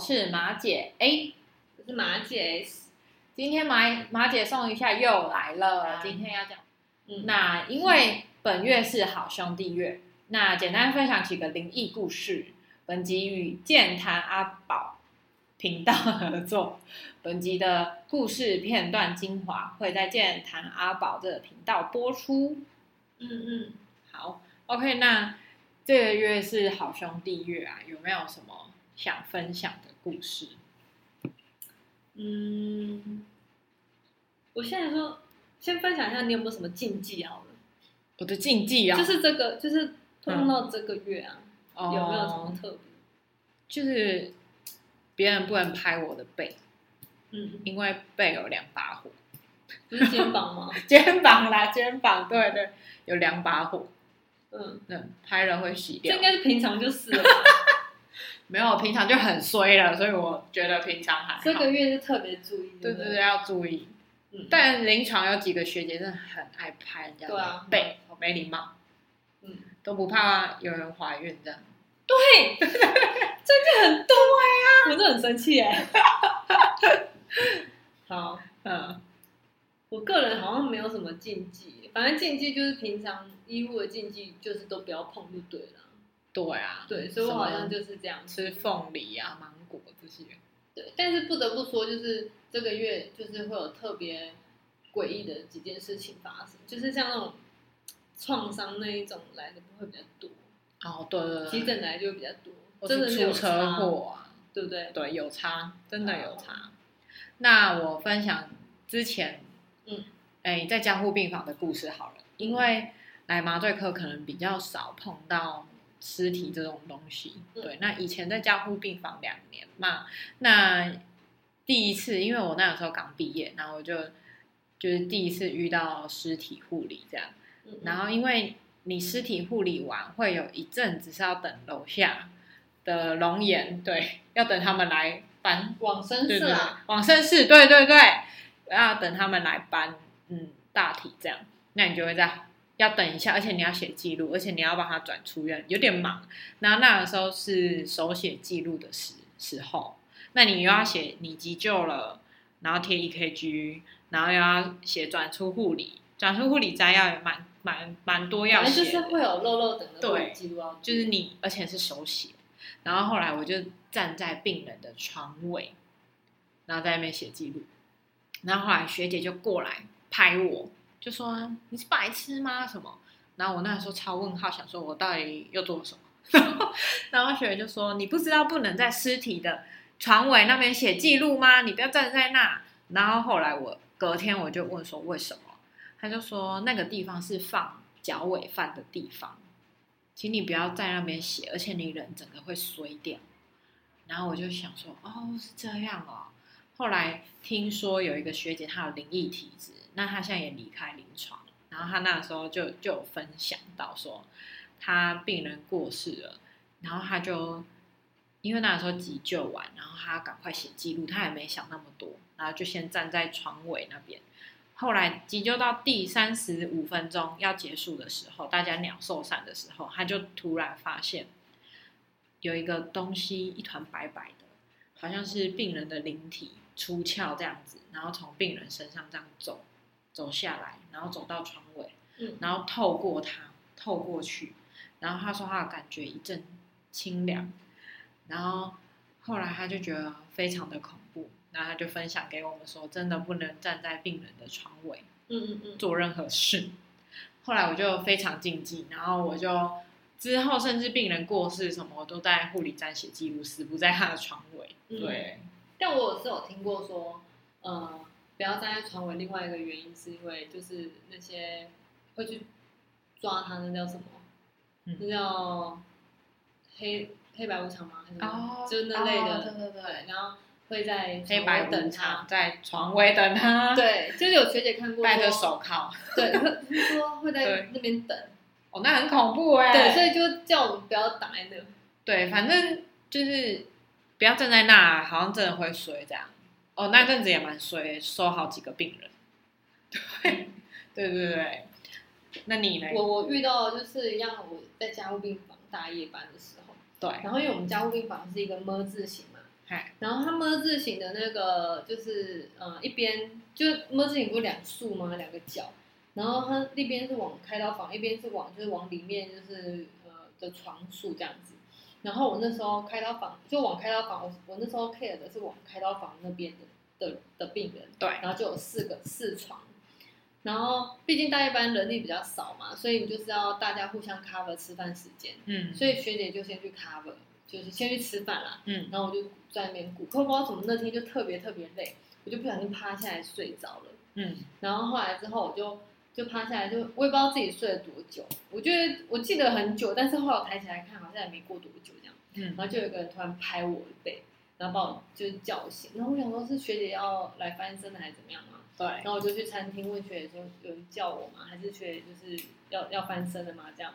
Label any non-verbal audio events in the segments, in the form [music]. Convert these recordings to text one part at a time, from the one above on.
是马姐，哎，我哦是马姐，今天马马姐送一下又来了，啊今天要讲。嗯，那因为本月是好兄弟月，那简单分享几个灵异故事。本集与健谈阿宝频道合作，本集的故事片段精华会在健谈阿宝这个频道播出。嗯嗯，好，OK，那这个月是好兄弟月啊，有没有什么想分享的故事？嗯，我现在说，先分享一下你有没有什么禁忌好了，我的禁忌啊，就是这个，就是碰到这个月啊，嗯哦有没有什么特别？就是别人不能拍我的背，嗯，因为背有两把火，不是肩膀吗？肩膀啦，肩膀，对对，有两把火，嗯，嗯，拍了会洗这掉应。该是平常就是 [laughs] 了吧，没有，我平常就很衰了，所以我觉得平常还好。这个月就特别注意，对不对对，，要注意。嗯，但临床有几个学姐真的很爱拍人家对啊的背，没礼貌，嗯，都不怕有人怀孕这样。对，这个很多哎呀，我真的很生气哎。 [laughs] 好，嗯，我个人好像没有什么禁忌，反正禁忌就是平常衣物的禁忌，就是都不要碰就对了。对啊，对，所以我好像什么就是这样吃凤梨啊、芒果这些。对，但是不得不说，就是这个月就是会有特别诡异的几件事情发生，就是像那种创伤那一种来的会比较多，哦，对对对急，诊来就会比较多，或真的是是有出车差，祸啊，对嗯不对？对，有差，真的有差。那我分享之前，嗯，哎，在加护病房的故事好了，因为来麻醉科可能比较少碰到尸体这种东西。嗯对，那以前在加护病房两年嘛，那第一次，因为我那个时候刚毕业，然后我就就是第一次遇到尸体护理这样。嗯然后因为你尸体护理完，会有一阵子是要等楼下的龙眼，对，要等他们来搬，往生对是对对啊，，往生室，对对对，要等他们来搬，嗯，大体这样，那你就会在要等一下，而且你要写记录，而且你要帮他转出院，有点忙。然后那个时候是手写记录的时时候，那你又要写你急救了，然后贴 EKG，然后又要写转出护理，转出护理摘要也蛮蛮蛮多要反正写就的，是会有肉肉等的对会记录啊，就是你，而且是手写。然后后来我就站在病人的床尾，然后在那边写记录。然后后来学姐就过来拍我，就说你是白痴吗？什么？然后我那时候超问号，想说我到底又做了什么？ [laughs] 然后学姐就说你不知道不能在尸体的床尾那边写记录吗？你不要站在那。然后后来我隔天我就问说为什么？他就说那个地方是放脚尾饭的地方，请你不要在那边写，而且你人整个会衰掉。然后我就想说，哦，是这样哦。后来听说有一个学姐她有灵异体质，那她现在也离开临床，然后她那时候就就有分享到说，她病人过世了，然后她就因为那时候急救完，然后她赶快写记录，她也没想那么多，然后就先站在床尾那边。后来急救到第三十五分钟要结束的时候，大家鸟兽散的时候，他就突然发现有一个东西，一团白白的，好像是病人的灵体出窍这样子，然后从病人身上这样走走下来，然后走到床尾，嗯然后透过他透过去，然后他说他的感觉一阵清凉，然后后来他就觉得非常的恐怖，然后他就分享给我们说，真的不能站在病人的床尾嗯嗯嗯，做任何事。后来我就非常禁忌，然后我就之后甚至病人过世什么，我都在护理站写记录，死不在他的床尾。嗯对，但我是有听过说，呃，不要站在床尾。另外一个原因是因为就是那些会去抓他，那叫什么？嗯那叫黑黑白无常吗？还是什么哦就那类的。哦对对对然后会在黑床白尾无等常他。在床尾等他，，对，就是有学姐看过，戴着，手铐，对，会会说会在对那边等，哦，那很恐怖哎、对，所以就叫我们不要挡在那。对，反正就是不要站在那，好像真的会衰这样。哦，那阵子也蛮衰，收好几个病人。对，对对对。那你呢？我我遇到的就是一样，我在家务病房大夜班的时候，对，然后因为我们家务病房是一个么字形嘛，嗨，然后它么字形的那个就是呃一边就么字形不是两竖吗？两个角，然后它一边是往开刀房，一边是往就是往里面就是呃的床数这样子。然后我那时候开刀房就往开刀房，我我那时候 care 的是往开刀房那边的的的病人，对，然后就有四个四床。然后，毕竟大夜班人力比较少嘛，所以你就是要大家互相 cover 吃饭时间。嗯，所以学姐就先去 cover，就是先去吃饭啦。嗯，然后我就在那边顾，可我不知道怎么那天就特别特别累，我就不小心趴下来睡着了。嗯，然后后来之后我就就趴下来就，我也不知道自己睡了多久，我觉得我记得很久，但是后来我抬起来看，好像也没过多久这样。嗯，然后就有一个人突然拍我的背，然后把我就是叫醒，然后我想说是学姐要来翻身的还是怎么样嘛，对然，后我就去餐厅问学姐说有人叫我吗？还是学姐就是要要翻身的吗？这样，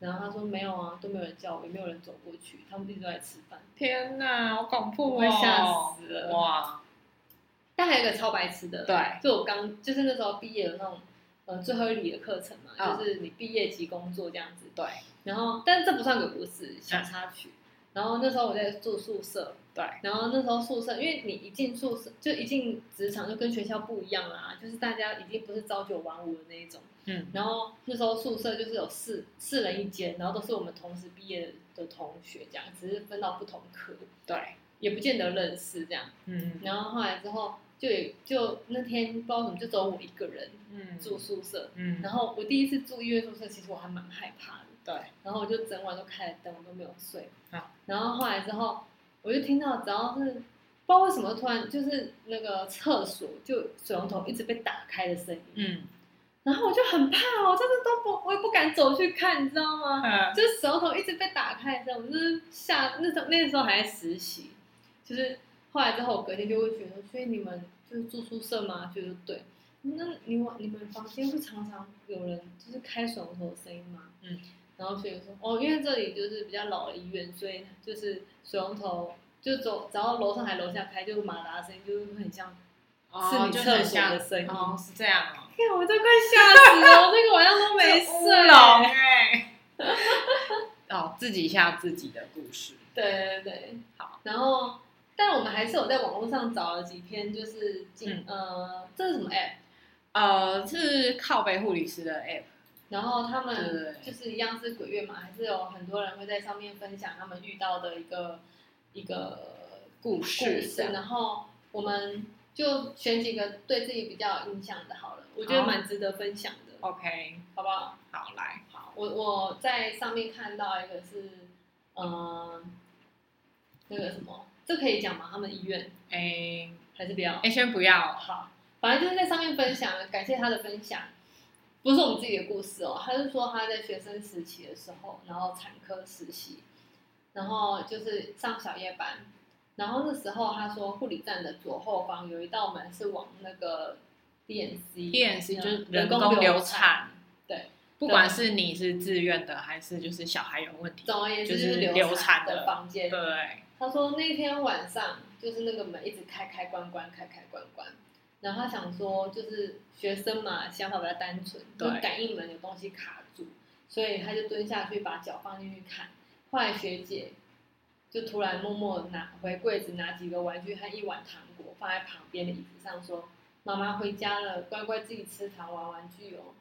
然后她说没有啊，都没有人叫我，也没有人走过去，他们一直都在吃饭。天哪，好恐怖我快哦，吓死了哇，但还有一个超白痴的，对，就我刚就是那时候毕业有那种呃最后一里的课程嘛，嗯就是你毕业即工作这样子。对，然后，但这不算鬼故事，小插曲。然后那时候我在住宿舍，对，然后那时候宿舍，因为你一进宿舍就一进职场就跟学校不一样啦，就是大家已经不是朝九晚五的那一种。嗯，然后那时候宿舍就是有四四人一间，然后都是我们同时毕业的同学，这样只是分到不同科，对，也不见得认识这样。嗯然后后来之后就也就那天不知道怎么就只有我一个人嗯，住，宿舍，嗯，然后我第一次住医院宿舍，其实我还蛮害怕的。对，然后我就整晚都开了灯，我都没有睡。好然后后来之后，我就听到只要是不知道为什么突然就是那个厕所就水龙头一直被打开的声音，嗯，然后我就很怕，我真的都不我也不敢走去看，你知道吗？嗯就是水龙头一直被打开的声音，我就是吓那时候那时候还在实习，就是后来之后我隔天就会觉得，所以你们就是住宿舍吗？觉得对。那你们你们房间会常常有人就是开水龙头的声音吗？然后学姐说，哦，因为这里就是比较老的医院，所以就是水龙头就走，只要楼上还楼下开，就是马达声音，就是会很像。哦你就厕很所的像声音哦，是这样哦，天啊，我都快吓死了，我那个晚上都没乌睡。龙哎，哦，自己吓自己的故事，对对对，好。然后，但我们还是有在网络上找了几篇，就是嗯进、呃，这是什么 app？呃，是靠背护理师的 app，然后他对们对就对，是一样是鬼月嘛，还是有很多人会在上面分享他们遇到的一个一个故故事事，这样然后我们就选几个对自己比较有影响的好了，我觉得好蛮值得分享的， ，OK，好不好？好来，好，我我在上面看到一个是，嗯、那个什么，这可以讲吗？他们医院哎还是不要？哎，先不要，好，反正就是在上面分享，感谢他的分享，不是我们自己的故事哦。他是说他在学生时期的时候，然后产科实习，然后就是上小夜班，然后那时候他说护理站的左后方有一道门是往那个 DNC DNC 就是人人工工流流产产。对，不管是你是自愿的还是就是小孩有问题，总而言就之是流流产的的房间。对，他说那天晚上就是那个门一直开开关关开开关关，然后他想说就是学生嘛，想法比较单纯，就对感应门有东西卡住，所以他就蹲下去把脚放进去看。后来学姐就突然默默地拿回柜子拿几个玩具和一碗糖果放在旁边的椅子上说：“妈妈回家了，乖乖自己吃糖玩玩具哦。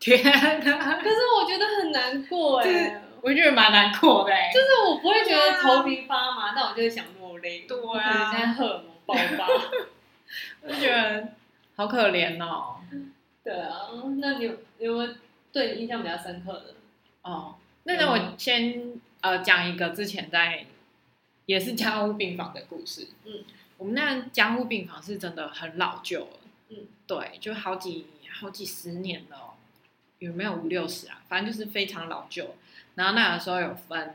天”哪 [laughs] 可，是我觉得很难过哎、这我觉得蛮难过的欸，就就是是我不会觉得头皮发麻，但我就会想落泪。对可能现在啊，荷尔蒙爆发。我觉得好可怜哦， [laughs] 对啊，那你有你有没有对你印象比较深刻的？哦，那那我嗯先呃讲一个之前在也是家务病房的故事。嗯，我们那家务病房是真的很老旧了。嗯，对，就好几好几十年了哦、有没有五六十啊？反正就是非常老旧。然后那个时候有分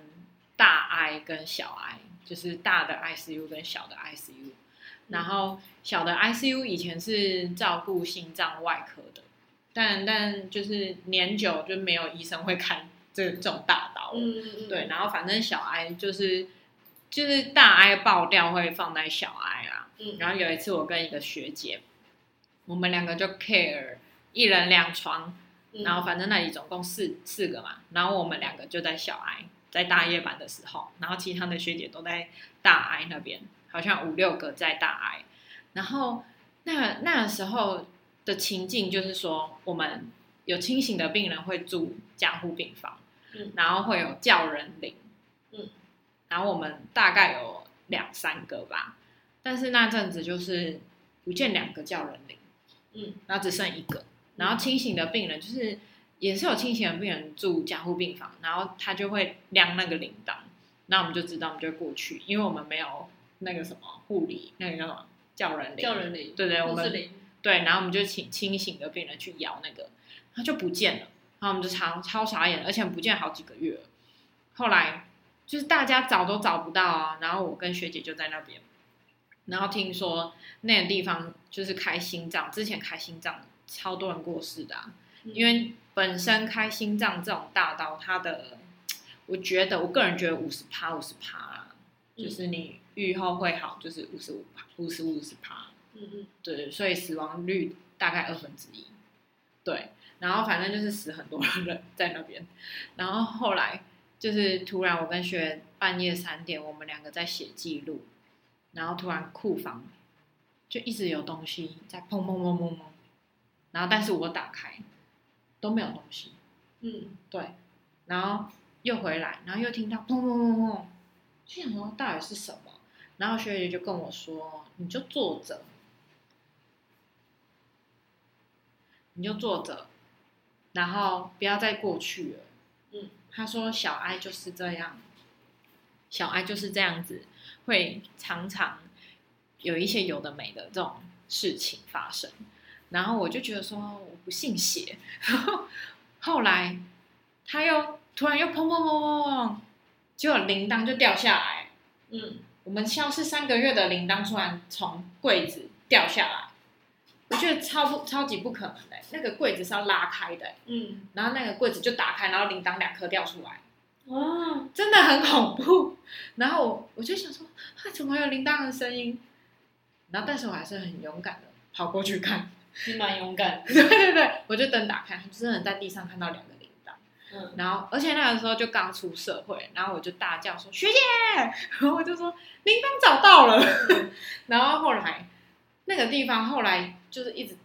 大 I 跟小 I，就是大的 ICU 跟小的 ICU。然嗯后小的 ICU 以前是照顾心脏外科的，但但就是年久就没有医生会看这这种大刀了。嗯嗯，对，，然后反正小 I 就是就是大 I 爆掉会放在小 I 啦。嗯，然后有一次我跟一个学姐，我们两个就 care，一人两床，嗯然后反正那里总共四四个嘛，然后我们两个就在小 I，在大夜班的时候，然后其他的学姐都在大 I 那边，好像五六个在大 I，然后那那时候的情境就是说，我们有清醒的病人会住加护病房，嗯然后会有叫人铃，嗯，然后我们大概有两三个吧，但是那阵子就是不见两个叫人铃，嗯，然后只剩一个，然后清醒的病人就是也是有清醒的病人住加护病房，然后他就会亮那个铃铛，那我们就知道我们就会过去，因为我们没有那个什么护理，那个叫什么叫人铃，叫人铃，对对，我都是们零，对，然后我们就请清醒的病人去摇那个，他就不见了，然后我们就超超傻眼，而且不见好几个月了。后来就是大家找都找不到啊，然后我跟学姐就在那边，然后听说那个地方就是开心脏，之前开心脏超多人过世的、啊，嗯因为本身开心脏这种大刀，它的我觉得我个人觉得五十趴五十趴啦，就是你愈后会好就是五十五趴五十五十趴，嗯嗯，对，所以死亡率大概二分之一。对，然后反正就是死很多人在那边，然后后来就是突然我跟学半夜三点，我们两个在写记录，然后突然库房就一直有东西在砰砰砰砰砰，然后但是我打开都没有东西，嗯对，然后又回来，然后又听到砰砰砰砰，就想说到底是什么？然后学姐就跟我说，你就坐着，你就坐着，然后不要再过去了。嗯，她说小哀就是这样，小哀就是这样子，会常常有一些有的没的这种事情发生。然后我就觉得说我不信邪，然后后来他又突然又砰砰砰砰砰，结果铃铛就掉下来，嗯，我们消失三个月的铃铛突然从柜子掉下来，我觉得超不超级不可能的、那个柜子是要拉开的、嗯然后那个柜子就打开，然后铃铛两颗掉出来，啊，真的很恐怖。然后我我就想说，啊，怎么有铃铛的声音？然后但是我还是很勇敢的跑过去看，你蛮勇 [laughs] 敢 [laughs] 的，对对对，我就灯打开，真的在地上看到两个铃铛。嗯然后，而且那个时候就刚出社会，然后我就大叫说：“学姐！”然后我就说：“铃铛找到了。” [laughs] 然后后来那个地方后来就是一直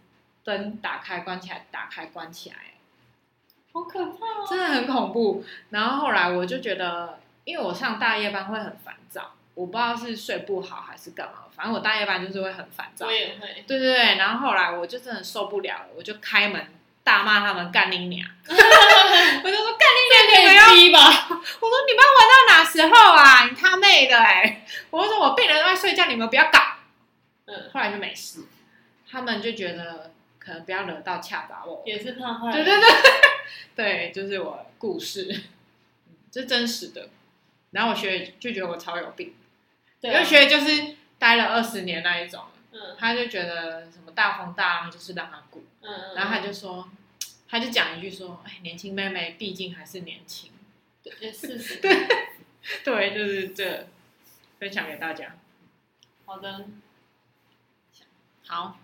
灯打开关起来，打开关起来，好可怕哦，真的很恐怖。然后后来我就觉得，因为我上大夜班会很烦躁，我不知道是睡不好还是干嘛，反正我大夜班就是会很烦躁我。也会，对对对，然后后来我就真的受不了了，我就开门大骂他们干你 [laughs] 娘，我就说干你娘，你们要可以逼吧， [laughs] 我说你们要玩到哪时候啊？你他妹的哎、我就说我病人都在睡觉，你们不要搞。嗯，后来就没事，他们就觉得可能不要惹到恰杂我。也是怕坏，对对对， [laughs] 对，就是我的故事，嗯这真实的。然后我学姐就觉得我超有病，对因啊为学姐就是待了二十年那一种，嗯她就觉得什么大风大浪就是让她顾，嗯嗯，然后她就说，她就讲一句说，哎，年轻妹妹毕竟还是年 [laughs] 轻。也是是， [laughs] 对，对，就是这分享给大家。好的。好，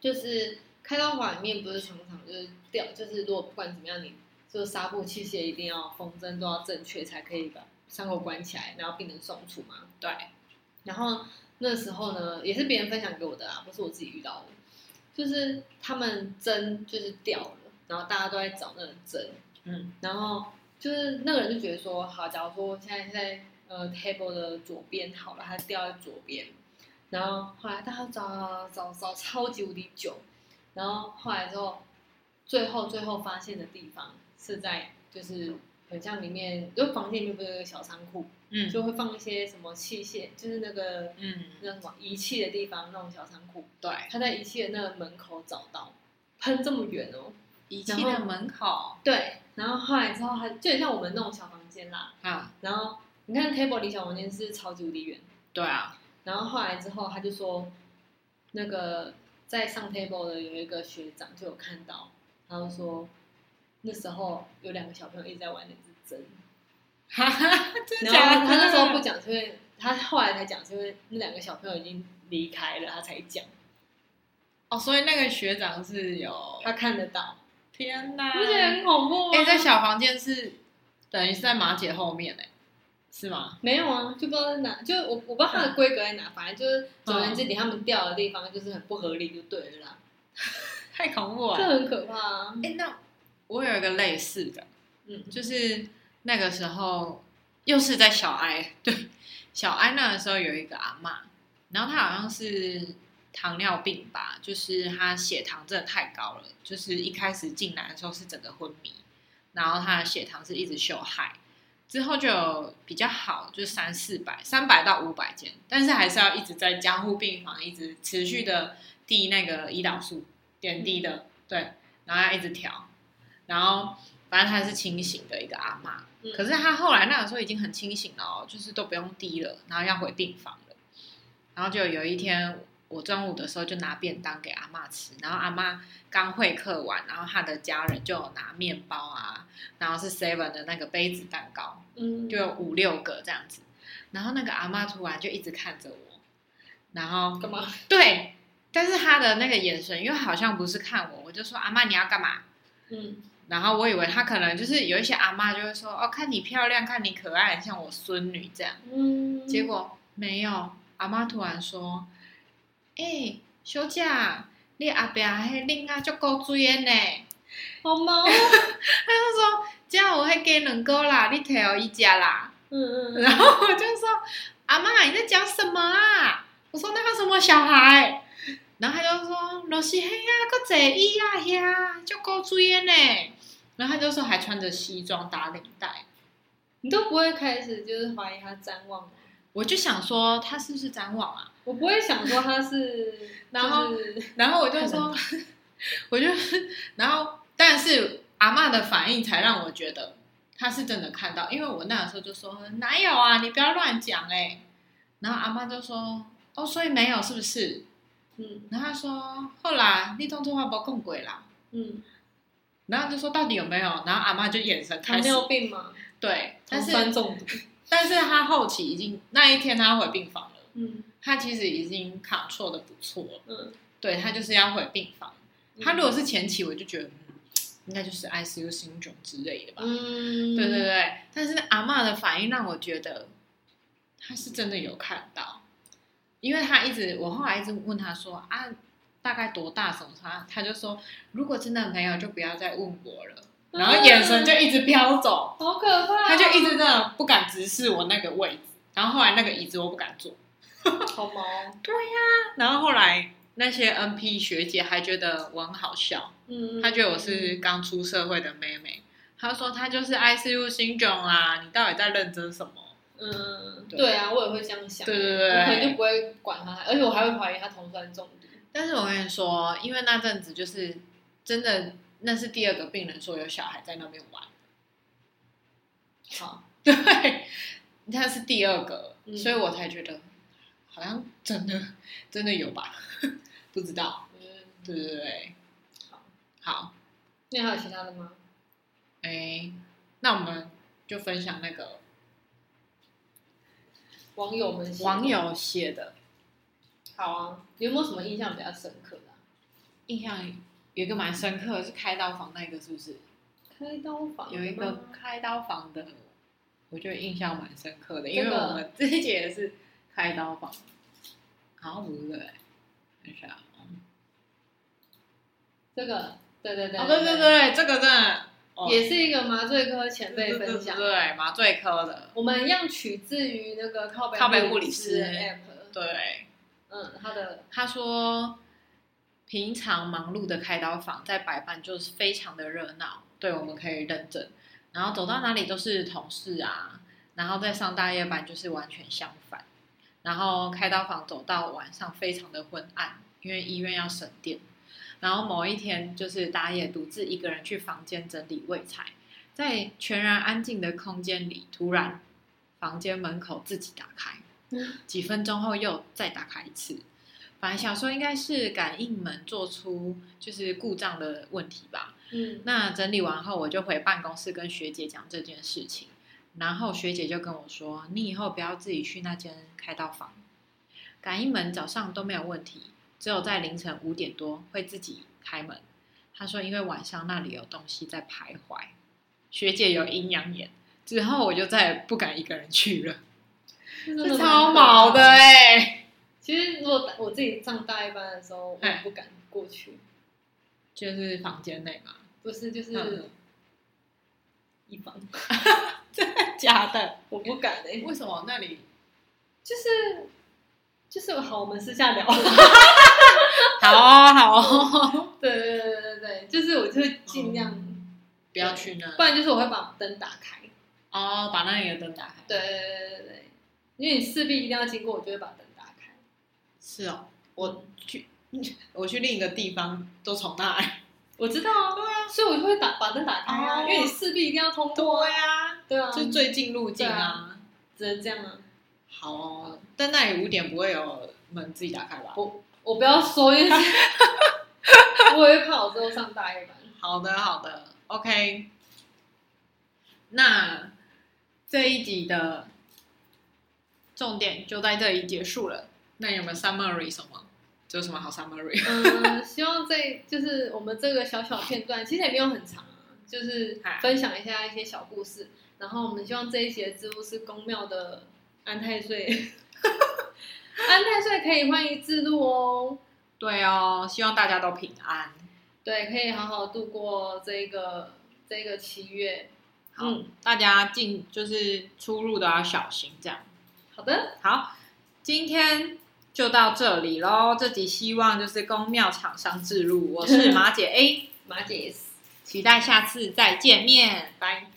就是开刀房里面不是常常就是掉，就是如果不管怎么样，你就是纱布器械一定要缝针都要正确才可以把伤口关起来，然后病人送出嘛。对，然后那时候呢，也是别人分享给我的啦，不是我自己遇到的，就是他们针就是掉了，然后大家都在找那个针，嗯然后就是那个人就觉得说，好，假如说现在在呃 table 的左边好了，它掉在左边，然后后来大家找找找超级无敌久，然后后来之后，最后最后发现的地方是在就是很像里面，就房间里面不是有个小仓库，嗯就会放一些什么器械，就是那个嗯，那什么仪器的地方那种小仓库，对，他在仪器的那个门口找到，喷这么远哦，仪器的门口对，然后后来之后，他就很像我们那种小房间啦。啊，然后你看 table 离小房间是超级无敌远。对 [laughs] 啊，然后后来之后，他就说，那个在上 table 的有一个学长就有看到，他就说那时候有两个小朋友一直在玩那只针，哈哈，真然后他那时候不讲，讲，是因为他后来才讲，是因为那两个小朋友已经离开了，他才讲，哦，所以那个学长是有，他看得到， [laughs] 天哪不觉得很恐怖吗？哎，在小房间是等于是在马姐后面哎，是吗？没有啊，就不知道在哪，就我我不知道它的规格在哪，反正就是总而言之，给他们掉的地方就是很不合理，就对了啦，太恐怖这了。很可怕啊。哎、那我有一个类似的，嗯，就是那个时候又是在小哀，对，小哀那个时候有一个阿嬷，然后她好像是糖尿病吧，就是她血糖真的太高了，就是一开始进来的时候是整个昏迷，然后她的血糖是一直秀 high，之后就有比较好，就三四百、三百到五百间，但是还是要一直在加护病房一直持续的滴那个胰岛素点滴的，对，然后要一直调，然后反正她是清醒的一个阿妈，嗯可是她后来那个时候已经很清醒了、哦，就是都不用滴了，然后要回病房了，然后就有一天。我中午的时候就拿便当给阿妈吃，然后阿妈刚会客完，然后她的家人就有拿面包啊，然后是 Seven 的那个杯子蛋糕，嗯，就有五六个这样子。然后那个阿妈突然就一直看着我，然后干嘛？对，但是她的那个眼神，因为好像不是看我，我就说阿妈你要干嘛？嗯，然后我以为她可能就是有一些阿妈就会说哦，看你漂亮，看你可爱，像我孙女这样。嗯，结果没有，阿妈突然说：“哎、小姐，啊你阿伯迄恁啊足够水的呢。” [laughs] 好毛哦，她就说：“这样我会给两个啦，你摕互伊食啦。”嗯嗯然后我就说：“阿妈，你在讲什么啊？”我说：“那个什么小孩？”然后他就说：“就是嘿啊，个坐椅啊遐，就够注意呢。”然后他就说还穿着西装打领带，你都不会开始就是怀疑他瞻望吗？我就想说他是不是张网啊？我不会想说他是， [laughs] 然后就是然后我就说， [laughs] 我就，然后但是阿嬷的反应才让我觉得她是真的看到，因为我那个时候就说哪有啊，你不要乱讲哎、然后阿嬷就说哦，所以没有是不是？嗯然后她说后来你当初话不讲过啦，嗯，然后就说到底有没有？然后阿嬷就眼神糖开始尿病嘛，对，糖但是酸中毒，但是她后期已经那一天她回病房了，嗯她其实已经 control 的不错了，嗯，对她就是要回病房。他如果是前期，我就觉得、嗯、应该就是 ICU 心肿之类的吧。嗯，对对对，但是阿嬷的反应让我觉得他是真的有看到，因为他一直我后来一直问他说啊，大概多大什么他他就说如果真的没有就不要再问我了，然后眼神就一直飘走，好可怕哦，他就一直这样不敢直视我那个位置，然后后来那个椅子我不敢坐，好毛哦，然后后来那些 NP 学姐还觉得我很好笑。嗯，他觉得我是刚出社会的妹妹，他说他就是 ICU 新囧啦，你到底在认真什么？嗯，对对啊，我也会这样想，对对我可能就对。不会管他，而且我还会怀疑他酮酸中毒。但是我跟你说，因为那阵子就是真的，那是第二个病人说有小孩在那边玩， [laughs] 好，对，他是第二个，嗯所以我才觉得好像真的真的有吧， [laughs] 不知道。嗯，对对对，好，好，那还有其他的吗？哎、那我们就分享那个网友们，网，友写的。好啊，你有没有什么印象比较深刻的啊、印象有一个蛮深刻的，是开刀房那个，是不是？开刀房有一吗个开刀房的，我觉得印象蛮深刻的，啊因为这个我们 [laughs] 这一节也是开刀房，好像不是对，等一下，哦，这个，对对对，对对，对，这个真的哦也是一个麻醉科前辈对对分对享。对麻醉科的，我们一样取自于那个靠靠背背护理师师 app，对，嗯，[laughs] 他的他说。平常忙碌的开刀房在白班就是非常的热闹，对，我们可以认证。然后走到哪里都是同事啊，然后在上大夜班就是完全相反。然后开刀房走到晚上非常的昏暗，因为医院要省电。然后某一天就是打野独自一个人去房间整理卫材，在全然安静的空间里，突然房间门口自己打开嗯，几分钟后又再打开一次。本来想说应该是感应门做出就是故障的问题吧，嗯那整理完后，我就回办公室跟学姐讲这件事情，然后学姐就跟我说：“你以后不要自己去那间开刀房，感应门早上都没有问题，只有在凌晨五点多会自己开门。”她说：“因为晚上那里有东西在徘徊。”学姐有阴阳眼，之后我就再也不敢一个人去了，真的这蛮超可怕毛的哎、其实如果我自己上大一班的时候，我也不敢过去，就是房间内嘛，不是就是嗯一房，真的 [laughs] 假的？ [laughs] 我不敢哎、为什么那里？就是就是好，我们私下 [laughs] 聊。好哦，好哦，对对对对对，就是我就会尽量， [laughs] 不要去那不然就是我会把灯打开。哦，把那里的灯打开。对，对对对对，因为你势必一定要经过，我就会把灯打开。是哦，我去， [laughs] 我去另一个地方都从那 [laughs] 儿。我知道啊，对啊，所以我就会打把灯打开啊，哦因为你势必一定要通过啊，呀、对啊， [laughs] 就最近路径啊。只能这样啊。好哦，但那里五点不会有门自己打开吧？我我不要说，因为 [laughs] 我也怕我之后上大夜班。好的，好的，OK。那这一集的重点就在这里结束了。那有没有 summary 什么？这有什么好 summary？嗯，希望这就是我们这个小小片段，其实也没有很长啊，就是嗨分享一下一些小故事。然后我们希望这一集的支付是公庙的安太岁，安太岁可以欢迎自录哦。对哦，希望大家都平安。对，可以好好度过这个这个七月。好嗯，大家进就是出入都要小心，这样。好的，好，今天就到这里喽。这集希望就是公庙厂商置入，我是马姐 A，马姐也是。期待下次再见面，拜。